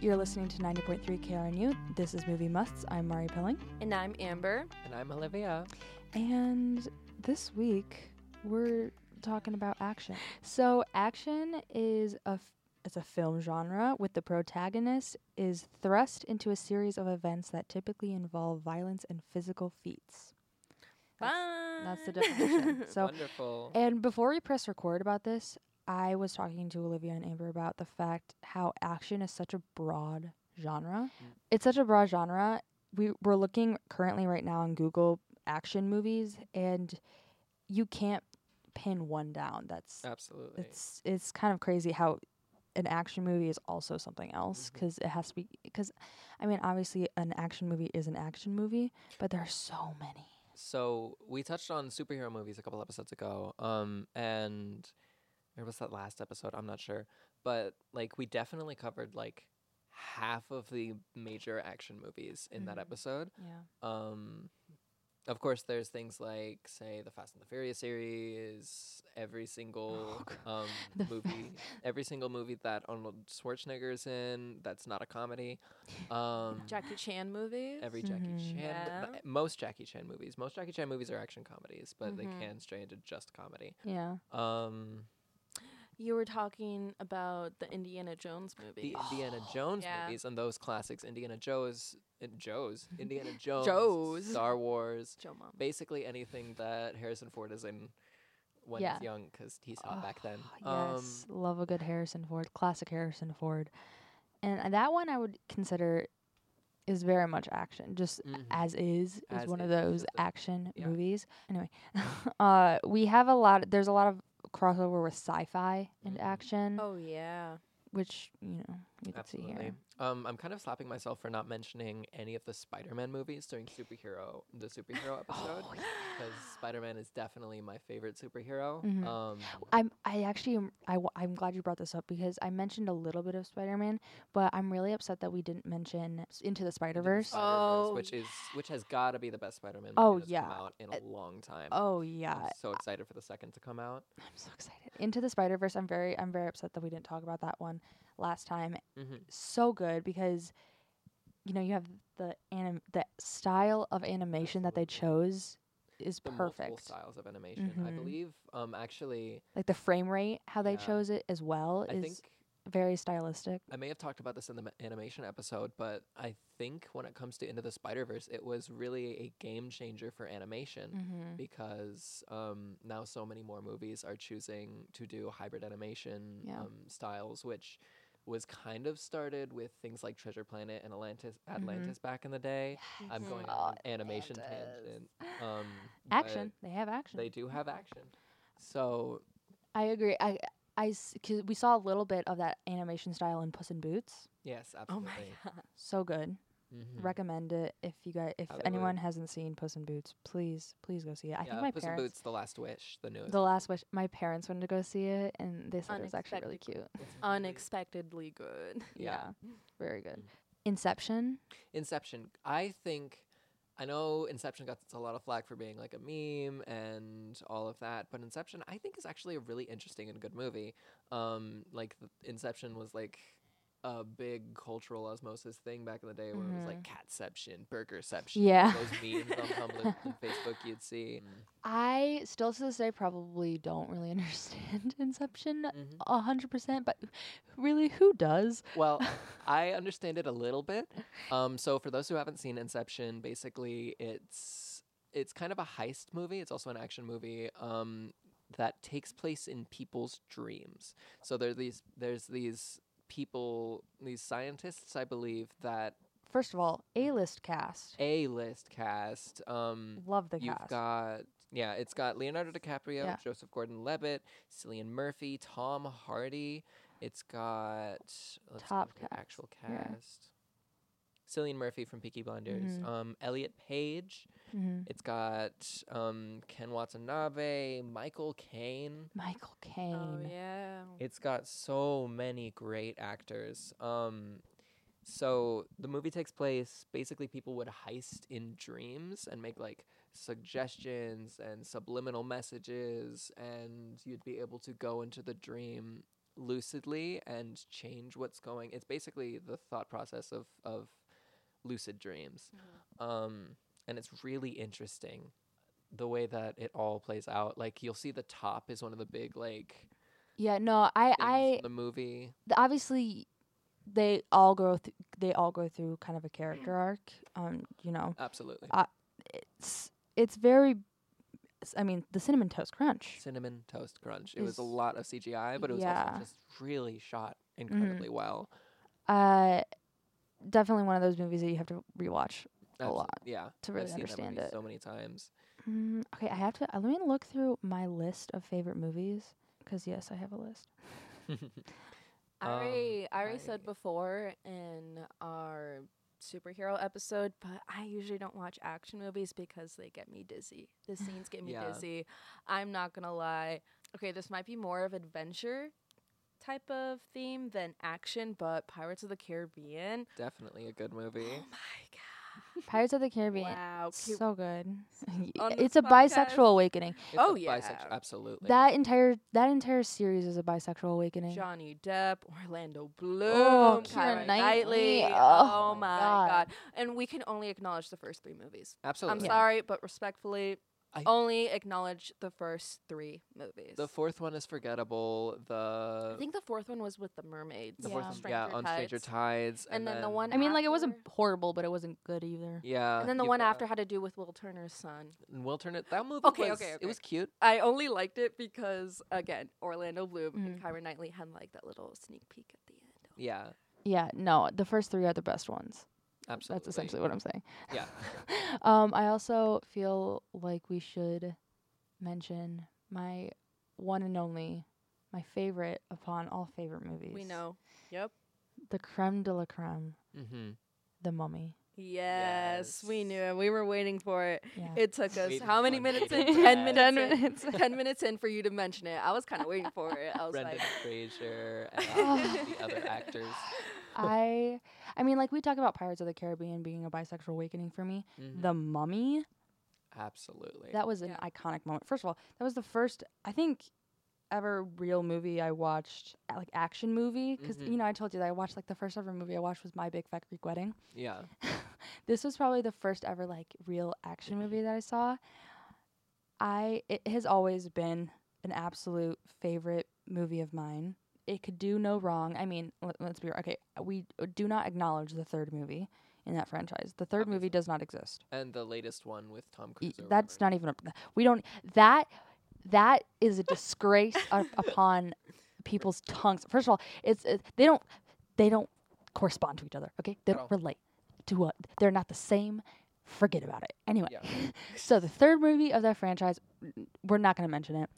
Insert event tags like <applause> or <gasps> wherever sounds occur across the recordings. You're listening to 90.3 KRNU. This is Movie Musts. I'm Mari Pilling. And I'm Amber. And I'm Olivia. And this week, we're talking about action. So, action is a f- it's a film genre with the protagonist is thrust into a series of events that typically involve violence and physical feats. Fun. That's <laughs> the definition. so, Wonderful. and before we press record about this, I was talking to Olivia and Amber about the fact how action is such a broad genre. It's such a broad genre. We we're looking currently right now on Google action movies and you can't pin one down. That's Oh, Absolutely. it's it's kind of crazy how an action movie is also something else because it has to be because I mean obviously an action movie is an action movie, but there are so many. so we touched on superhero movies a couple episodes ago. Um, and or was that last episode? I'm not sure. But like we definitely covered like half of the major action movies in that Mhm. episode. Yeah. Um, of course, there's things like, say, the Fast and the Furious series. Every single um, Oh, <laughs> The fa- movie, every single movie that Arnold Schwarzenegger's in that's not <laughs> a comedy. Um, <laughs> Jackie Chan movies. every Jackie Mhm. Chan, Yeah. th- most Jackie Chan movies, most Jackie Chan movies are action comedies, but Mhm. they can stray into just comedy. Yeah. Um, you were talking about the Indiana Jones movie. the <gasps> Indiana Jones yeah. movies and those classics, Indiana Joe's, uh, <laughs> Joe's, Indiana Jones, Joes. Star Wars, Joe Mom. basically anything that Harrison Ford is in when Yeah. he's young because he's hot back then. Um, Ah, Yes, love a good Harrison Ford, classic Harrison Ford, and uh, that one I would consider is very much action. Just Mhm. as is is As one of Is, which those is a- action yeah. movies. Anyway, <laughs> uh, we have a lot. There's a lot of crossover with sci-fi and Mhm. action, Oh yeah. which you know you can see Absolutely. here. Um, I'm kind of slapping myself for not mentioning any of the Spider-Man movies during superhero the <gasps> Oh, superhero episode because Spider-Man is definitely my favorite superhero. Mhm. Um, I'm I actually am, I w- I'm glad you brought this up because I mentioned a little bit of Spider-Man, but I'm really upset that we didn't mention s- Into the Into the Spider-Verse. Spider-Verse, Oh, which is which has got to be the best Spider-Man movie Oh, that's yeah. come out in a long time. Oh yeah, I'm so excited for the second to come out. I'm so excited. Into the Spider Verse. I'm very I'm very upset that we didn't talk about that one last time. Mhm. So good because you know you have the anim the style of animation that they chose is The multiple perfect. styles of animation, I Mhm. believe. Um, actually, Like the frame rate, how they Yeah. chose it as well I is think very stylistic. I may have talked about this in the ma- animation episode, but I think when it comes to Into the Spider Verse, it was really a game changer for animation Mm-hmm. because um, now so many more movies are choosing to do hybrid animation Yeah. um, styles, which was kind of started with things like Treasure Planet and Atlantis, Mm-hmm. Atlantis back in the day. I'm Mhm. going Oh, on an animation Atlantis. <laughs> tangent. Um, Action. They have but action. They do have action. So I agree. I I s- 'cause we saw a little bit of that animation style in Puss in Boots. yes, <gasps> Oh my absolutely. god. So good. Mhm. recommend it if you guys if Probably would. anyone hasn't seen Puss in Boots, please please go see it. I yeah, think my Puss in parents Boots: The Last Wish, the newest. the last wish my parents wanted to go see it and they said it was actually really Unexpected. cute. It's really- Unexpectedly good. Yeah. Very good. Mm. Inception. Inception. I think I know Inception got a lot of flack for being like a meme and all of that, but Inception I think is actually a really interesting and good movie. Um, like th- Inception was like a big cultural osmosis thing back in the day where it was like catception, burgerception, Yeah. those memes on Tumblr and Facebook you'd see. I still to this day probably don't really <laughs> understand Inception Mhm. a hundred percent, but really who does? Well, I understand it a little bit. Um, so for those who haven't seen Inception, basically it's it's kind of a heist movie. It's also an action movie um, that takes place in people's dreams. So there are these there's these people, these scientists, I believe, that First of all, A list cast. A list cast. Um, Love the You've cast. got yeah, it's got Leonardo DiCaprio, Yeah. Joseph Gordon-Levitt, Cillian Murphy, Tom Hardy. It's got let's go Top to the actual yeah. cast. Cillian Murphy from Peaky Blinders, Mhm. um, Elliot Page. hmm It's got um, Ken Watanabe, Michael Caine. Michael Caine. Oh yeah. It's got so many great actors. Um, so the movie takes place basically people would heist in dreams and make like suggestions and subliminal messages, and you'd be able to go into the dream lucidly and change what's going. It's basically the thought process of of lucid dreams, Mm-hmm. um, and it's really interesting the way that it all plays out. Like you'll see the top is one of the big like Yeah, no, I things I from the movie. th- obviously they all go th- they all go through kind of a character arc. Um, you know, Absolutely, Uh, it's it's very s- I mean, the cinnamon toast crunch. cinnamon toast crunch. It was a is- lot of CGI, but it was yeah. also just really shot Mm-hmm. incredibly well. Uh definitely one of those movies that you have to rewatch. A Absol- lot yeah. to really I've seen that understand movie it. so <laughs> many times. Mm, okay, I have to uh, let me look through my list of favorite movies cuz yes, I have a list. I already, I already I- said before in our superhero episode, but I usually don't watch action movies because they get me dizzy. The scenes get me Yeah. dizzy. I'm not gonna lie. Okay, this might be more of adventure type of theme than action, but Pirates of the Caribbean. Definitely a good movie. Oh my Pirates of the god! Caribbean. Wow. Cu- So good. <laughs> Y- on it's this a podcast- bisexual awakening. It's Oh, a yeah. bisexual- absolutely. That entire that entire series is a bisexual awakening. Johnny Depp, Orlando Bloom, Oh, Keira Keira Knightley. Knightley. Oh, Oh my my god. God. And we can only acknowledge the first three movies. I'm absolutely. sorry, but respectfully, I- only acknowledge the first three movies. The fourth one is forgettable. The I think the fourth one was with the mermaids. the fourth Yeah. one, yeah, on Stranger Tides, And then the one- I mean, like it wasn't After- horrible, but it wasn't good either. yeah, And then the you've one got- after had to do with Will Turner's son. and Will Turner. That movie Okay, was okay, it was cute. I only liked it because, again, Orlando Bloom and Kyra Knightley had like that little sneak peek at the end. Yeah, Yeah, no, the first three are the best ones. absolutely. That's essentially what I'm <laughs> saying. Yeah. um, I also feel like we should mention my one and only, my favorite upon all favorite movies. We know. Yep. the creme de la creme, Mm-hmm. the Mummy. Yes, we Yes. knew it. We were waiting for it. Yeah. It took us Sweet how many fun minutes? In? <laughs> baby Ten breath. minutes. Ten in- minutes. <laughs> Ten minutes in for you to mention it. I was kind of waiting for it. I was Brendan like, <laughs> Fraser and uh, the other actors. I, I mean, like we talk about Pirates of the Caribbean being a bisexual awakening for me. Mm-hmm. Mhm. The Mummy. Absolutely. That was an Yeah. iconic moment. First of all, that was the first I think ever real movie I watched, a- like action movie. Because Mhm. you know I told you that I watched like the first ever movie I watched was My Big Fat Greek Wedding. yeah. This was probably the first ever like real action movie that I saw. I it has always been an absolute favorite movie of mine. It could do no wrong. I mean, let, let's be okay. We uh, do not acknowledge the third movie in that franchise. The third movie Obviously. does not exist. And the latest one with Tom Y- Cruise. or that's whatever. not even a, we don't that that is a disgrace <laughs> up, upon people's tongues first of all it's it, they don't they don't correspond to each other okay they At don't all. relate to what they're not the same forget about it anyway Yeah. so the third movie of that franchise n- we're not going to mention it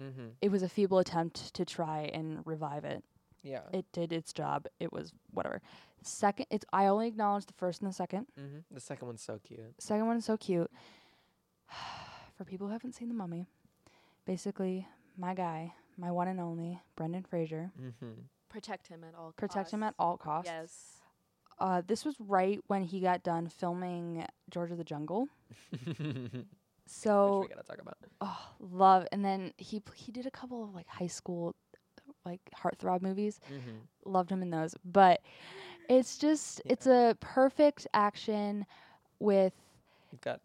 Mm-hmm. it was a feeble attempt to try and revive it Yeah. it did its job it was whatever second it's i only acknowledge the first and the second hmm The second one's so cute. Second one is so cute. <sighs> For people who haven't seen The Mummy, basically, my guy, my one and only, Brendan Fraser, Mm-hmm. <laughs> protect him at all. protect him at costs. all costs. Yes. Uh, this was right when he got done filming George of the Jungle. Oh. So, Which we gotta talk about. oh, love. And then he pl- he did a couple of like high school, like heartthrob movies. Mm-hmm. loved him in those. But it's just it's a perfect action with You've got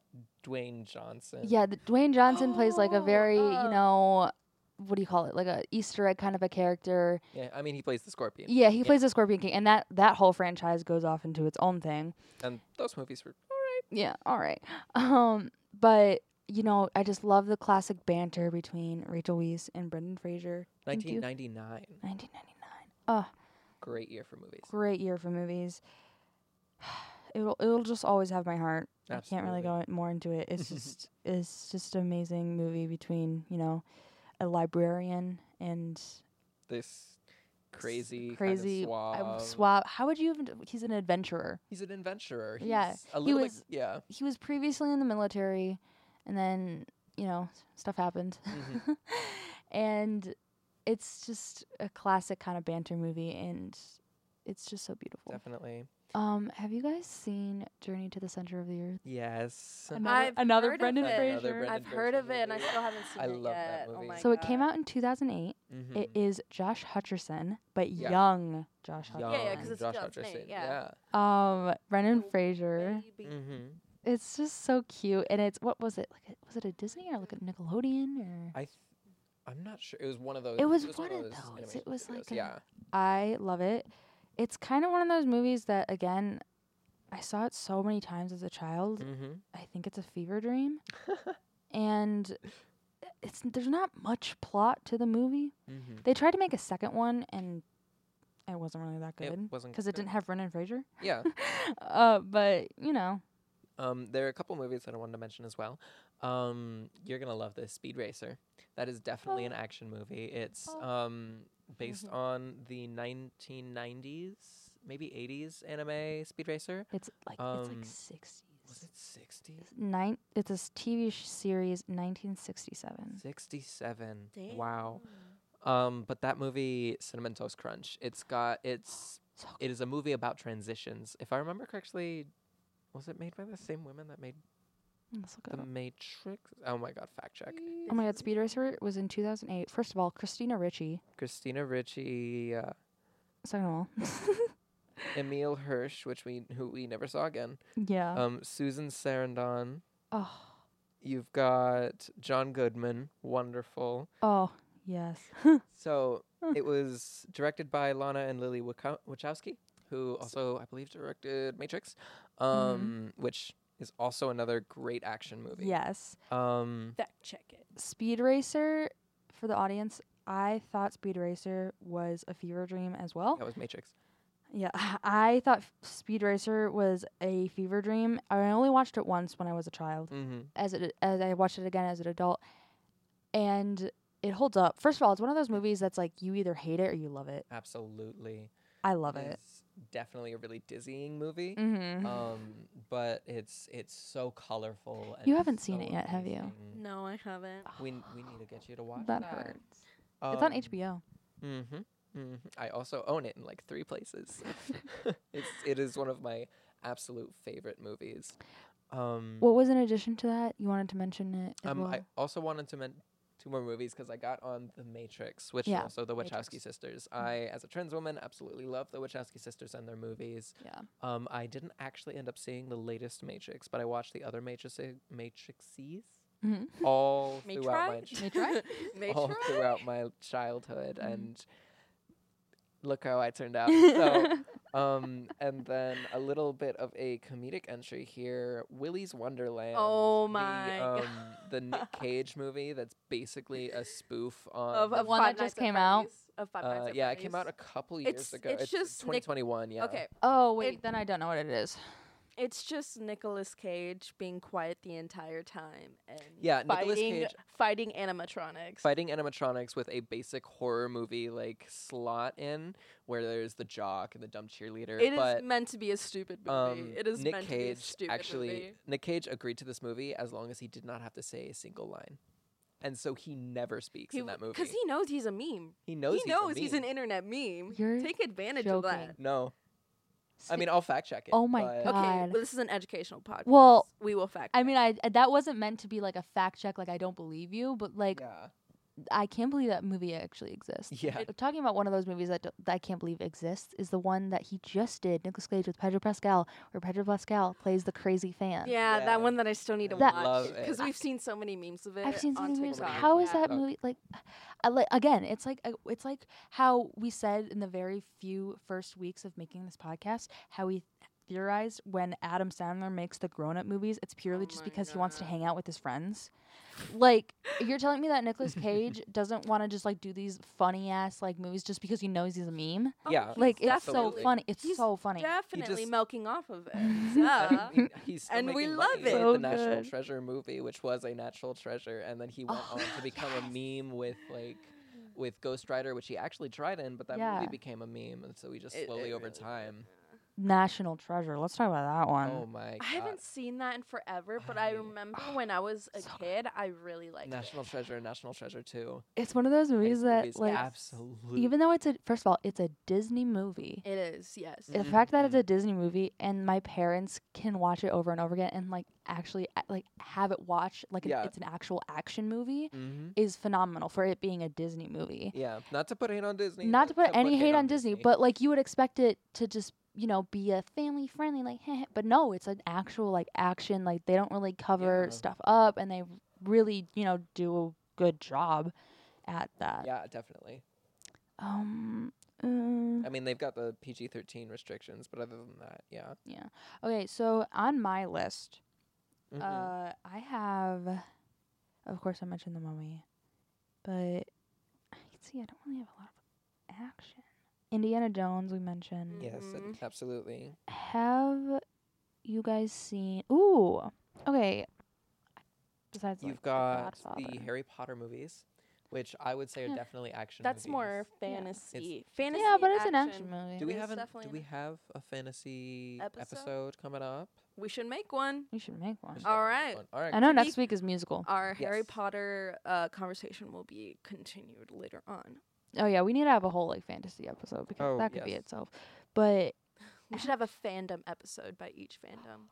Dwayne Johnson. Yeah, the, Dwayne Johnson uh. plays like a very, Oh. you know, what do you call it? Like a Easter egg kind of a character. Yeah. I mean, he plays the Scorpion. Yeah, he plays the Scorpion King, and that that whole franchise goes off into its own thing. And those movies were Yeah, all right. <laughs> Um, but you know, I just love the classic banter between Rachel Weisz and Brendan Fraser. Thank you. 1999. 1999, Great year for movies. great year for movies. <sighs> It'll it'll just always have my heart. I can't really go more into it. <laughs> It's just it's just an amazing movie between you know a librarian and This crazy, crazy kind of I suave. swab. How would you even? He's an adventurer. He's an adventurer. He's Yeah, a he little was- like, yeah. He was previously in the military, and then you know s- stuff happened, Mhm. <laughs> and it's just a classic kind of banter movie, and it's just so beautiful. Definitely. Um, have you guys seen Journey to the Center of the Earth? Yes. Another, I've another heard of Brendan it. Another Fraser. Brendan I've heard of it and I Fraser still haven't seen I it love that yet. movie. Oh my so it came God. out in 2008. Mhm. It is Josh Hutcherson, but Yeah. young Josh Young Hutcherson. yeah, 'cause it's Josh John's name, Hutcherson. yeah. Um, Brendan Oh, Fraser. Baby. Mm-hmm. It's just so cute, and it's what was it? Like, a- was it a Disney or like a Nickelodeon or? I, th- I'm not sure. It was one of those. was one one of those those. animation It was studios, like a- yeah. I love it. It's kind of one of those movies that, again, I saw it so many times as a child. Mm-hmm. I think it's a fever <laughs> dream, and uh, it's there's not much plot to the movie. Mm-hmm. They tried to make a second one, and it wasn't really that It good wasn't because it good. didn't have Brendan Fraser. <laughs> Yeah. uh, but you know, Um, there are a couple movies that I wanted to mention as well. Um, you're gonna love this Speed Racer. That is definitely an action movie. It's Oh. Mm-hmm. um based on the 1990s, maybe 80s anime Speed Racer. it's like it's Um, like Was sixties. it 60? Nine. It's a s- TV sh- series, 1967. 67. Damn. Wow. Um, but that movie, Cinnamon Toast Crunch, it's got it's So it is a movie about transitions. If I remember correctly, was it made by the same women that made Mm, good. Let's look it The up. Matrix? Oh my god, fact check. Oh my God, Speed Racer was in 2008. First of all, Christina Ricci. Christina Ricci, uh, Second of all, <laughs> Emil Hirsch, which we who we never saw again. yeah. Um, Susan Sarandon. oh, You've got John Goodman, wonderful. oh, yes. <laughs> So Huh. it was directed by Lana and Lily Wachow- Wachowski, who also I believe directed Matrix, Mm-hmm. um, which is also another great action movie. yes. Um, Fact check it. Speed Racer, for the audience, I thought Speed Racer was a fever dream as well. that was Matrix. Yeah, <laughs> I thought f- Speed Racer was a fever dream. I only watched it once when I was a child. Mm-hmm. As it, as I watched it again as an adult, and it holds up. First of all, it's one of those movies that's like you either hate it or you love it. Absolutely. I love it. It's definitely a really dizzying movie. Mm-hmm. um but it's it's so colorful and You haven't seen so it yet, have you? amazing. No, I haven't. we, we need to get you to watch that, Um, that hurts. it's on HBO. mm-hmm, hmm i also own it in like three places <laughs> it's it is one of my absolute favorite movies um What was in addition to that? You wanted to mention it. As um well? i also wanted to mention two more movies because i got on the matrix which Yeah, is also the wachowski Matrix. sisters i as a trans woman absolutely love the wachowski sisters and their movies yeah. um i didn't actually end up seeing the latest matrix but i watched the other matrices matrices Mm-hmm. all May try? <laughs> throughout my ch- May try? May all <laughs> try? Mm-hmm. throughout my childhood Mm. and look how I <laughs> turned out. So um and then a little bit of a comedic entry here, Willy's Wonderland. Oh my <laughs> the, God. um, the Nick Cage movie that's basically a spoof on Of, the- of one that Five just Nights at came out? Freddy's? Of Five Nights uh, at yeah, it came out a Freddy's. couple years It's- ago. it's just Nick- 2021, yeah. Okay, Oh wait, It- then I don't know what it is. it's just Nicolas Cage being quiet the entire time and Yeah, Nicolas fighting Cage- fighting animatronics. fighting animatronics with a basic horror movie like slot in where there's the jock and the dumb cheerleader. It is but meant to be a stupid movie. um, it is Nick meant to be a Cage stupid actually movie. Nick Cage agreed to this movie as long as he did not have to say a single line. And so he never speaks in that movie. because he knows he's a meme. He knows he knows he's, a he's meme. an internet meme. You're Take advantage of that. joking. No. I mean, I'll fact check it. Oh my but- God. Okay, well, this is an educational podcast. Well, we will fact. I mean, I that wasn't meant to be like a fact check. Like I don't believe you, but like <laughs> Yeah. I can't believe that movie actually exists. Yeah. <laughs> Uh, Talking about one of those movies that, d- that I can't believe exists is the one that he just did, Nicolas Cage with Pedro Pascal, where Pedro Pascal plays the crazy fan. check. yeah, Yeah. that one that I still need to That- watch Love it. because we've seen so many memes of it. I've seen so on many movies. TikTok. How is yeah. that Yeah. movie like? I, like again, it's like uh, it's like how we said in the very few first weeks of making this podcast how we theorized when Adam Sandler makes the grown-up movies, it's purely Oh just my because he wants to God. hang out with his friends. Like you're telling me that Nicolas Cage doesn't want to just like do these funny ass like movies just because he knows he's a meme? Oh, Yeah. he's Like it's so Absolutely. funny. It's He's so funny. Definitely just- milking off <laughs> of it. And Yeah. we- he's still And we making love money with it. So the National good. Treasure movie, which was a natural treasure, and then he went Oh, on to become a meme with like with Ghost Rider, which he actually tried in, but that Yeah. movie became a meme, and so he just It- slowly it over really did. time National Treasure. Let's talk about that one. Oh my god. I haven't seen that in forever, but I I- ah, remember when I was a so kid, I really liked National Treasure, National Treasure 2. It's one of those movies that like absolutely even though it's a first of all, it's a Disney movie. it. It is, yes. the Mhm, fact that it's mhm. a Disney movie and my parents can watch it over and over again and like actually a- like have it watched like an- Yeah. it's an actual action movie Mhm. <laughs> is phenomenal for it being a Disney movie. Yeah, not to put hate on Disney. Not to but put any hate on Disney, Disney, but like you would expect it to just you know be a family friendly like but no, it's an actual like action like they don't really cover Yeah. stuff up and they really you know do a good job at that. yeah, definitely. Um. uh, I mean, they've got the PG-13 restrictions, but other than that, yeah. Okay, so on my list, Mhm. uh, I have, of course, I mentioned the mummy, but I can see I don't really have a lot of action. Indiana Jones, we mentioned. yes, it- mhm. absolutely. Have you guys seen? Ooh, okay. Besides, like, You've The got the Godfather. Harry Potter movies, which I would say are Yeah. definitely action. That's movies. more Yeah. fantasy. Fantasy. yeah, but it's an action action. movie. Do we It is have an, definitely do an we have a fantasy Episode? episode, coming up? We should make one. we should make one. Just All gotta right. make one. All right. I know to be- next week is musical. Our Harry Yes. Potter uh, conversation will be continued later on. Oh yeah, we need to have a whole like fantasy episode because Oh, that could be yes. itself. But We should have a fandom episode by each fandom.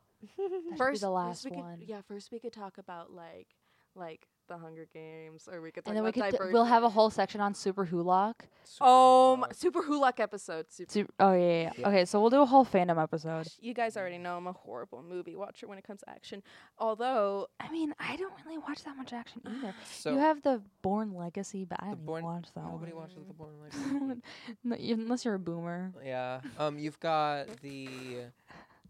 <gasps> that should be the last we could- one. Yeah, first we could talk about like like the Hunger Games, or we could talk and then we about could d- we'll have a Divergent. whole section on Super Hulock. Super Um, Oh, my, Bowl. Super Hulak episode. Super Super, oh yeah, yeah, yeah. Yeah. Okay, so we'll do a whole fandom episode. You guys already know I'm a horrible movie watcher when it comes to action. Although I mean, I don't really watch that much action either. So you have the Born Legacy, but I don't Bourne- even watch that nobody one. watches the Born <laughs> like No, you- unless you're a boomer. Yeah. Um, you've got the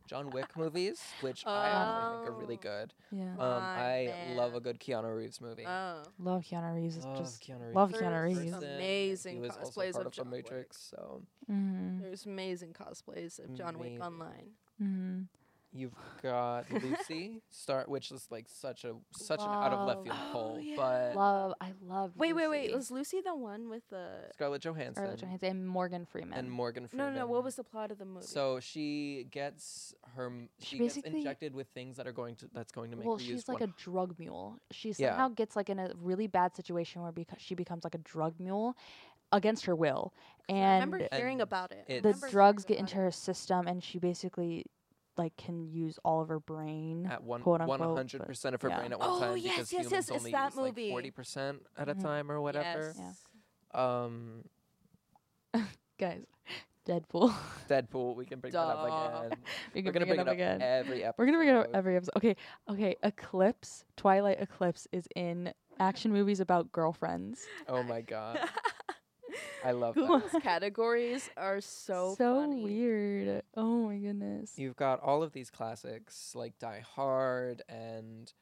John Wick movies, which I actually think are really Oh. good. Yeah, Um, My I love a man. good Keanu Reeves movie. oh, love Keanu Reeves. It's love just Keanu Reeves. love Reeves. Keanu First Reeves. of- Person. Amazing He was also cosplays part of of, the John Wick. Matrix, so mm-hmm, there's amazing cosplays of John Wick Amazing. online. mm-hmm. you've got Lucy, Star, which is like such a such an out of Love. left field Oh, poll, yeah. but Love, I love. Wait, wait, wait. Lucy. Was Lucy the one with the? Scarlett Johansson, Scarlett Johansson and Morgan Freeman. and Morgan No, Freeman. no, no. What was the plot of the movie? So she gets her m- She she, gets basically- injected with things that are going to that's going to make well, her she's use like one- a drug mule. She Yeah. somehow gets like in a really bad situation where because she becomes like a drug mule against her will, I and remember hearing And about it. I it's- the remember hearing drugs get about into her system, and she basically like can use all of her brain. at one quote one unquote, hundred percent of her yeah. brain at one Oh, time yes, yes, because yes, humans it's only that use like movie. forty percent at a Mhm. time or it. whatever. Yeah. Yes. Um, Guys, Deadpool. Deadpool, we can bring that Duh. up again. We're We're gonna bring it up every episode. We're gonna bring it up every episode. Okay, okay. Eclipse, Twilight Eclipse is in action movies about girlfriends. Oh my <laughs> god, I love Go that. Those categories are so funny. weird. Oh my goodness. You've got all of these classics like Die Hard and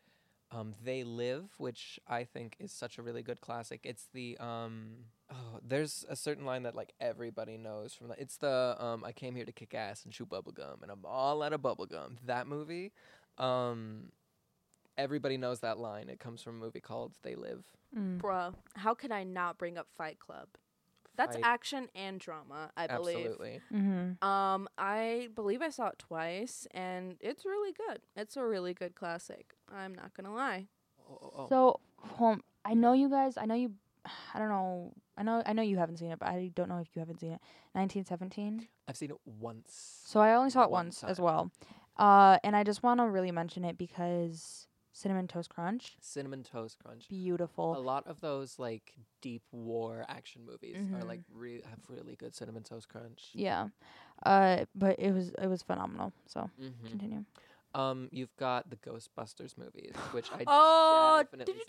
um, They Live, which I think is such a really good classic. It's the um, oh, there's a certain line that like everybody knows from that. It's the um, I came here to kick ass and chew bubblegum and I'm all out of bubblegum. That movie, um, everybody knows that line. It comes from a movie called They Live. Mm. Bruh, how could I not bring up Fight Club? That's Fight- action and drama, I believe. absolutely. Mm-hmm. Um, I believe I saw it twice, and it's really good. It's a really good classic. I'm not gonna lie. Oh, oh, oh. So, home. I know you guys. I know you. <sighs> I don't know. I know. I know you haven't seen it, but I don't know if you haven't seen it. Nineteen seventeen. I've seen it once. So I only saw it One once as time. well. Uh, and I just want to really mention it because cinnamon toast crunch, Cinnamon Toast Crunch. a beautiful. lot of those like deep war action movies are Mhm. like Mm-hmm. re- have really good cinnamon toast crunch. Yeah. Uh, but it was it was phenomenal. So hmm continue. Um, you've got the Ghostbusters movies, which I <laughs> Oh, definitely say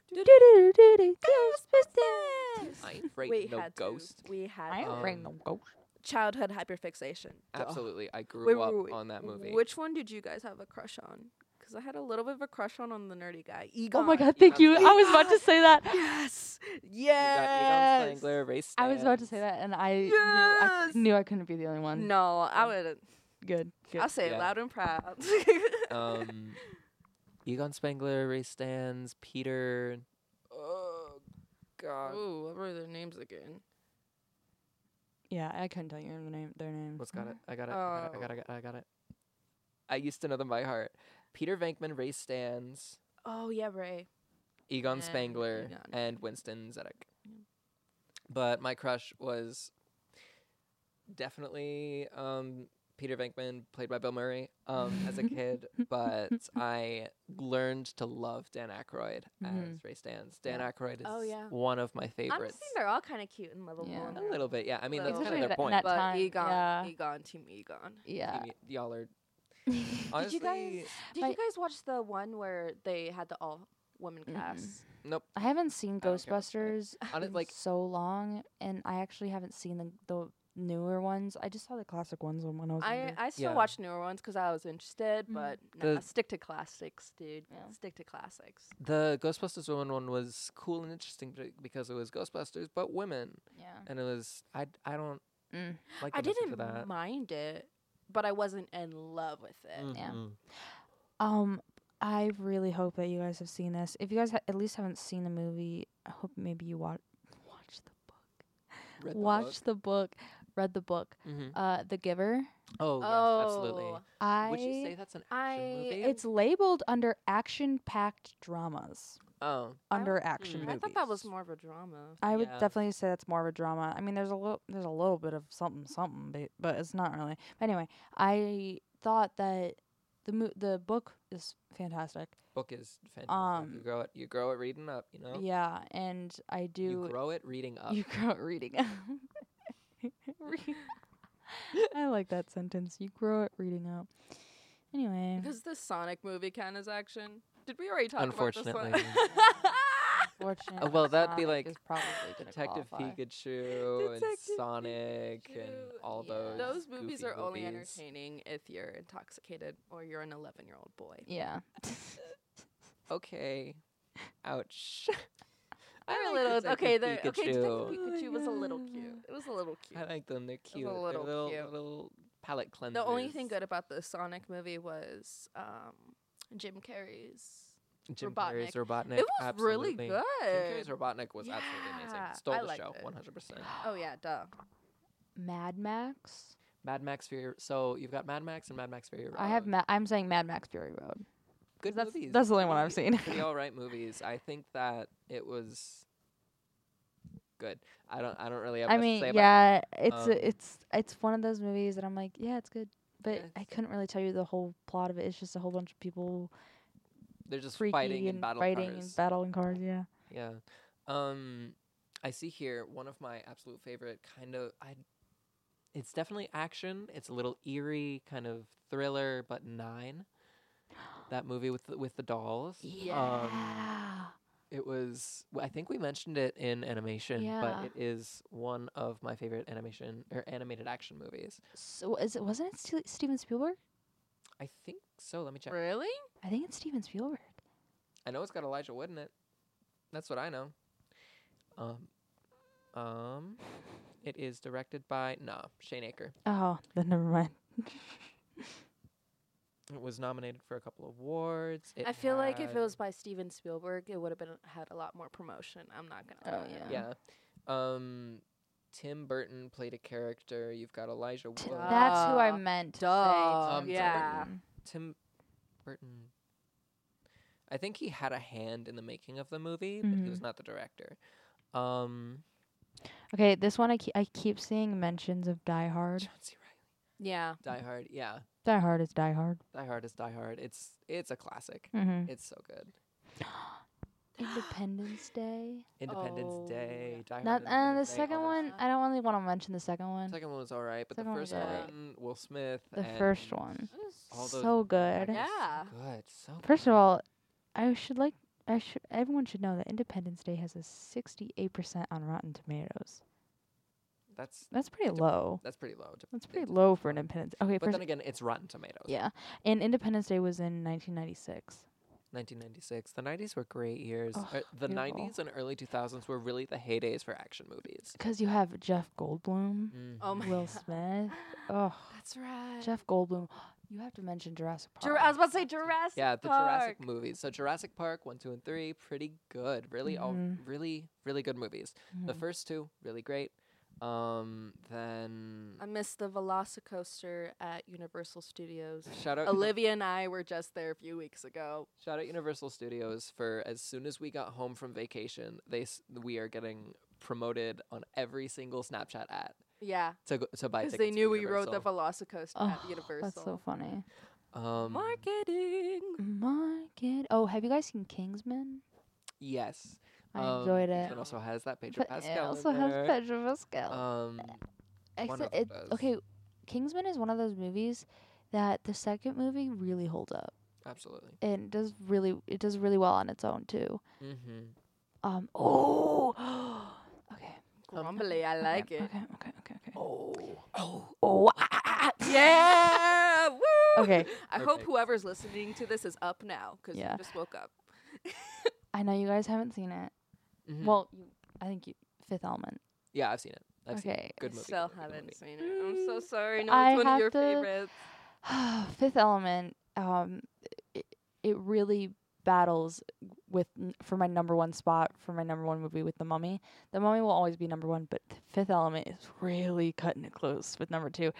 <laughs> do-do-do-do-do-do. I <laughs> ain't afraid we of no had ghost. To. We had I to. am bringing the Um, ghost. childhood hyperfixation. Duh. Absolutely, I grew Wait, wait, up wait, wait. on that movie. Which one did you guys have a crush on? Because I had a little bit of a crush on on the nerdy guy. Egon. Oh my god! Thank you. I was about to say that. <laughs> Yes. you got Egon Yes. Spangler, Ray Stantz. I was about to say that, and I knew I Yes! knew I couldn't be the only one. No, I would. Good. good. I'll say it Yeah. loud and proud. <laughs> Um, Egon Spangler, Ray Stans, Peter. Oh God. Ooh, what were their names again? Yeah, I couldn't tell you the name. Their name. What's got it? I got it. I got it. I got it. I got it. I got it. Oh. I used to know them by heart. Peter Venkman, Ray Stans, Oh yeah, Ray. Egon And Spangler, Egon. and Winston Zedek. But my crush was definitely um, Peter Venkman, played by Bill Murray, um, as a kid. but I learned to love Dan Aykroyd Mhm. as Ray Stans. Dan Yeah. Aykroyd is Oh, yeah. one of my Honestly, favorites. they're all kind of cute and lovable. Yeah. and a little bit, yeah. I mean, that's kind Especially of their that- point. that but time, Egon, yeah. Egon, Team Egon. Yeah. Y- Y'all are <laughs> Did you honestly. guys? Did My- you guys watch the one where they had the all women Mm-mm. Mm-hmm. cast? Nope. I haven't seen don't care about that. Ghostbusters Hon- <laughs> in like so long, and I actually haven't seen the the newer ones. I just saw the classic ones when when I was I younger. I still Yeah. Mm-hmm. watch newer ones because I was interested, Mhm. but nah, The- stick to classics, dude. Yeah. Stick to classics. the Ghostbusters woman one was cool and interesting be- because it was Ghostbusters but women, yeah. and it was I I don't Mm. like the I message of didn't that. mind it, but I wasn't in love with Uh, it. Mm. Yeah. Um, I really hope that you guys have seen this. If you guys ha- at least haven't seen the movie, I hope maybe you watch watch the book, Read the watch the book, read the book. book. Mm-hmm. Mhm. Uh, The Giver. Oh, yes, absolutely. Oh, I Would you say that's an action I- movie? it's labeled under action-packed dramas. oh, I Under would- action mm. I thought that was movies. more of a drama. I would Yeah. definitely say that's more of a drama. I mean, there's a little, there's a little bit of something, something, but, but it's not really. But anyway, I thought that the mo- the book is fantastic. book is fantastic. you Um, grow it, you grow it reading up. You know, Yeah, and I do. you grow it reading <laughs> up. you <laughs> grow it reading. <laughs> Read- <laughs> I like that sentence. You grow it reading up. Anyway, <laughs> Does the Sonic movie count as action? Did we already talk about Unfortunately. this one? <laughs> fortunately, Oh, well, that'd be Sonic like is probably gonna Detective qualify. Pikachu and Detective Sonic and Pikachu. all Yeah. those. Those movies goofy are only movies. entertaining if you're intoxicated or you're an 11 year old boy. Yeah. <laughs> Okay. <laughs> Ouch. They're a like little Detective okay. They're, okay, Pikachu. Detective Oh my Pikachu was a little God. cute. It was a little cute. I like them. They're cute. little They're little, cute. little palate cleansers. The only thing good about the Sonic movie was um, Jim Carrey's. Jim Carrey's Robotnik. it was absolutely. really Jim Carrey's good. Robotnik was absolutely amazing. Yeah, Stole I the liked show, it. 100%. Oh yeah, duh. Mad Max. Mad Max Fury. So you've got Mad Max and Mad Max Fury Road. I have. Ma- I'm saying Mad Max Fury Road. good that's- movies. that's the only one I've Pretty- seen. <laughs> pretty all right movies. I think that it was good. I don't. I don't really have I much to mean, say about yeah, it's Um, a, it's it's one of those movies that I'm like, yeah, it's good, but it's- I couldn't really tell you the whole plot of it. It's just a whole bunch of people They're just freaky fighting and in battle fighting cars. and battling cars. Yeah, Yeah. Um I see here one of my absolute favorite kind of I it's definitely action. It's a little eerie kind of thriller but 9. That movie with the, with the dolls. Um, yeah. It was w- I think we mentioned it in animation, Yeah. but it is one of my favorite animation or animated action movies. so is it wasn't it Ste- Steven Spielberg? I think so. Let me check. Really? I think it's Steven Spielberg. I know it's got Elijah Wood in it. That's what I know. Um um it is directed by nah, Shane Aker. Oh, <laughs> then never mind. It was nominated for a couple of awards. It I feel like if it had- was by Steven Spielberg, it would have been had a lot more promotion. I'm not gonna. Oh, lie. yeah. yeah, um, Tim Burton played a character. You've got Elijah Wood. T- That's who I Duh. meant. to say, Duh. Tim Um, yeah. Burton. Tim Burton. I think he had a hand in the making of the movie, but he was Mm-hmm. not the director. Um, Okay, this one I keep, I keep seeing mentions of Die Hard. John C. Reilly. Yeah. Die Hard, yeah. Die Hard is Die Hard. Die Hard is Die Hard. It's it's a classic. <gasps> Mm-hmm. It's so good. Independence Day. Independence Oh, Day. Die Hard. Not uh, the Independence Day, all second those- one. I don't really want to mention the second one. Second one was all right, but Second the one was first all right. one, Will Smith. The and first one. all those So good. actors, so Yeah. Good. So First good. of all, I should like I should everyone should know that Independence Day has a 68% on Rotten Tomatoes. That's That's pretty Dep- low. that's pretty low. to- That's they pretty just- low for Independence. Okay, But first then again, it's Rotten Tomatoes. yeah. And Independence Day was in 1996. 1996. The 90s were great years. Ugh, Or the beautiful. 90s and early 2000s were really the heydays for action movies. Cuz you have Jeff Goldblum, Oh my. <laughs> Will Smith. Oh, That's right. Jeff Goldblum. You have to mention Jurassic Park. Jura- I was about to say Jurassic. Yeah, the Park. Jurassic movies. So Jurassic Park 1, 2 and 3, pretty good. Really all Mhm. really really good movies. The Mhm. first two really great. Um, then I missed the Velocicoaster at Universal <laughs> Studios. <laughs> shout out Olivia and I were just there a few weeks ago. shout out Universal Studios for as soon as we got home from vacation, they s- we are getting promoted on every single Snapchat ad Yeah, to go, to buy because tickets. they knew for we rode the Universal. Velocicoaster Oh, at Universal. that's so funny. um, Marketing. Market. Oh, have you guys seen Kingsman? Yes, I um, enjoyed Kingsman it. also has that Pedro But Pascal. it in also has there. Pedro Pascal. Um, one Except of it, those. okay, Kingsman is one of those movies that the second movie really holds up absolutely. and does really it does really well on its own too. Mm-hmm. Um. <gasps> Oh. okay. Grumbly, I like okay, it. Okay. Okay. Okay. Okay. Oh, oh, Oh. ah, ah, ah, ah. <laughs> Yeah. Woo! Okay. I hope Perfect. whoever's listening to this is up now because Yeah. you just woke up. I know you guys haven't seen it. Mm-hmm. Well, you, I think you Fifth Element. Mm-hmm. yeah, I've seen it. I've seen it. okay. Good I movie. still good movie, good haven't movie. seen it. I'm so Mm, sorry. No, I it's one have of your to- favorites. <sighs> Fifth Element. Um, it, it really battles with n- for my number one spot for my number one movie with the Mummy. The Mummy will always be number one, but th- Fifth Element is really cutting it close with number two.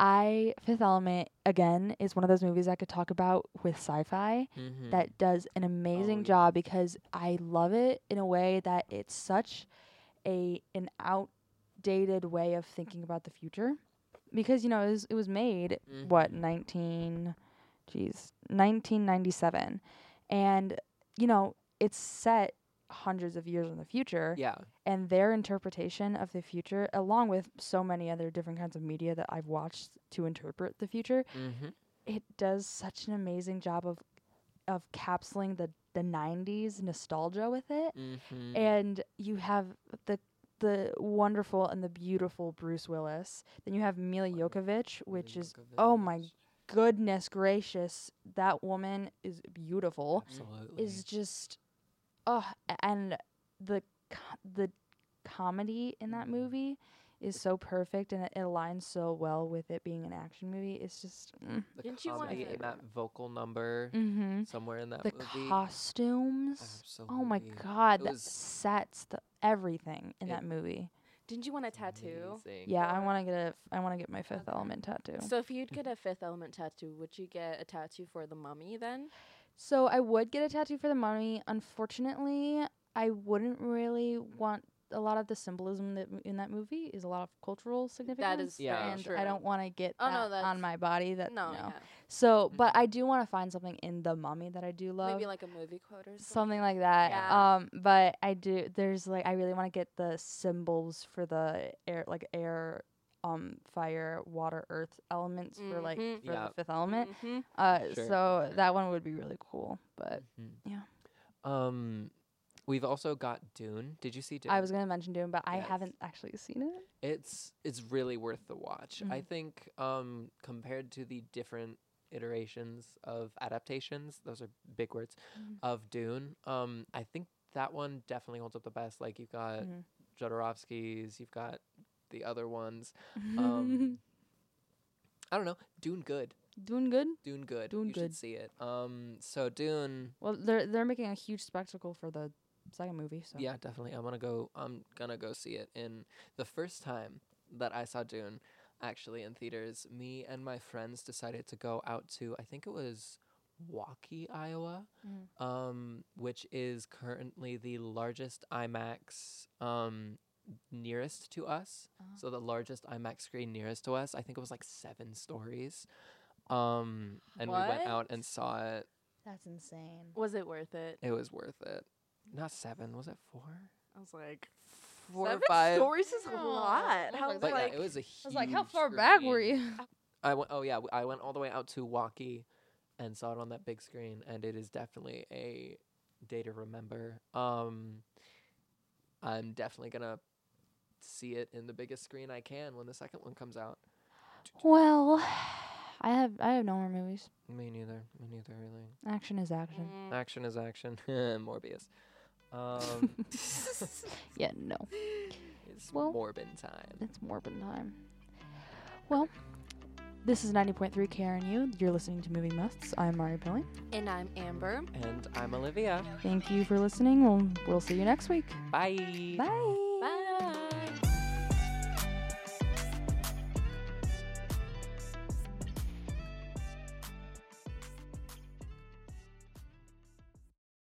I Fifth Element again is one of those movies I could talk about with sci-fi. Mhm. that does an amazing yeah. job because I love it in a way that it's such a an outdated way of thinking about the future because you know it was, it was made Mm-hmm. what 19 geez 1997 and you know it's set hundreds of years in the future Yeah. and their interpretation of the future along with so many other different kinds of media that I've watched to interpret the future Mm-hmm. it does such an amazing job of of capsuling the the 90s nostalgia with it Mm-hmm. and you have the the wonderful and the beautiful Bruce Willis then you have Mila Jokovic which is oh my goodness gracious that woman is beautiful Absolutely. is just oh and the co- the comedy in that Mhm. movie is so perfect and it aligns so well with it being an action movie it's just mm, the Didn't you wanna comedy say- in that vocal number mhm somewhere in that the movie? costumes. Absolutely. Oh my god, It the was- sets, the everything in It- that movie. Didn't you want a tattoo? Amazing. Yeah, I want to get a I want to get my Fifth Element tattoo. So if you'd get a Fifth Element tattoo, would you get a tattoo for the mummy then? So I would get a tattoo for the mummy. Unfortunately, I wouldn't really want a lot of the symbolism that m- in that movie is a lot of cultural significance. is very Yeah. and true. I don't want to get Oh, that no, on that's- my body. That no, Uh, no. yeah. So, but Mm-hmm. I do want to find something in the mummy that I do love. maybe like a movie quote or something. something like that. Yeah. Um, but I do. There's like I really want to get the symbols for the air, like air, um, fire, water, earth elements for like Mhm. for Yeah. the fifth element. Mhm. Uh, Sure. so that one would be really cool. But Mhm. yeah. Um, we've also got Dune. Did you see Dune? I was gonna mention Doom, but I Yes. haven't actually seen it. it's it's really worth the watch. Mm-hmm. I think um compared to the different iterations of adaptations, those are big words Mm-hmm. of Dune. Um, I think that one definitely holds up the best. Like you've got Mhm. Jodorowsky's, you've got the <laughs> other ones. Um, I don't know. Dune good. Doing good. Dune good. Dune you good. should see it. Um, so Dune. Well, they're they're making a huge spectacle for the second movie. So Yeah, definitely. I'm gonna go. I'm gonna go see it. And the first time that I saw Dune, actually in theaters, me and my friends decided to go out to. I think it was Waukee, Iowa, Mhm. um, which is currently the largest IMAX um, nearest to us. Ah. So the largest IMAX screen nearest to us. I think it was like seven stories. Um, and we went out What? and saw it. that's insane. Was it worth it? It was worth it. Not seven. Was it four? I was like, Four seven or five. stories is a Yeah. lot. Oh my How was But like, yeah, it was a huge I was like, how far back were screen. you? <laughs> I went. Oh yeah, w- I went all the way out to Waukee, and saw it on that big screen, and it is definitely a day to remember. Um, I'm definitely gonna see it in the biggest screen I can when the second one comes out. Well, <sighs> I have I have no more movies. Me neither. Me neither, really. Action is action. Mm. Action is action. <laughs> Morbius. <laughs> Um, it's Yeah, no. Well- Morbin time. It's Morbin time. Well, this is 90.3 KRNU. You're listening to Movie Musts. I'm Mari Pilling. And I'm Amber. And I'm Olivia. Thank you for listening. We'll, we'll see you next week. Bye. Bye. Bye.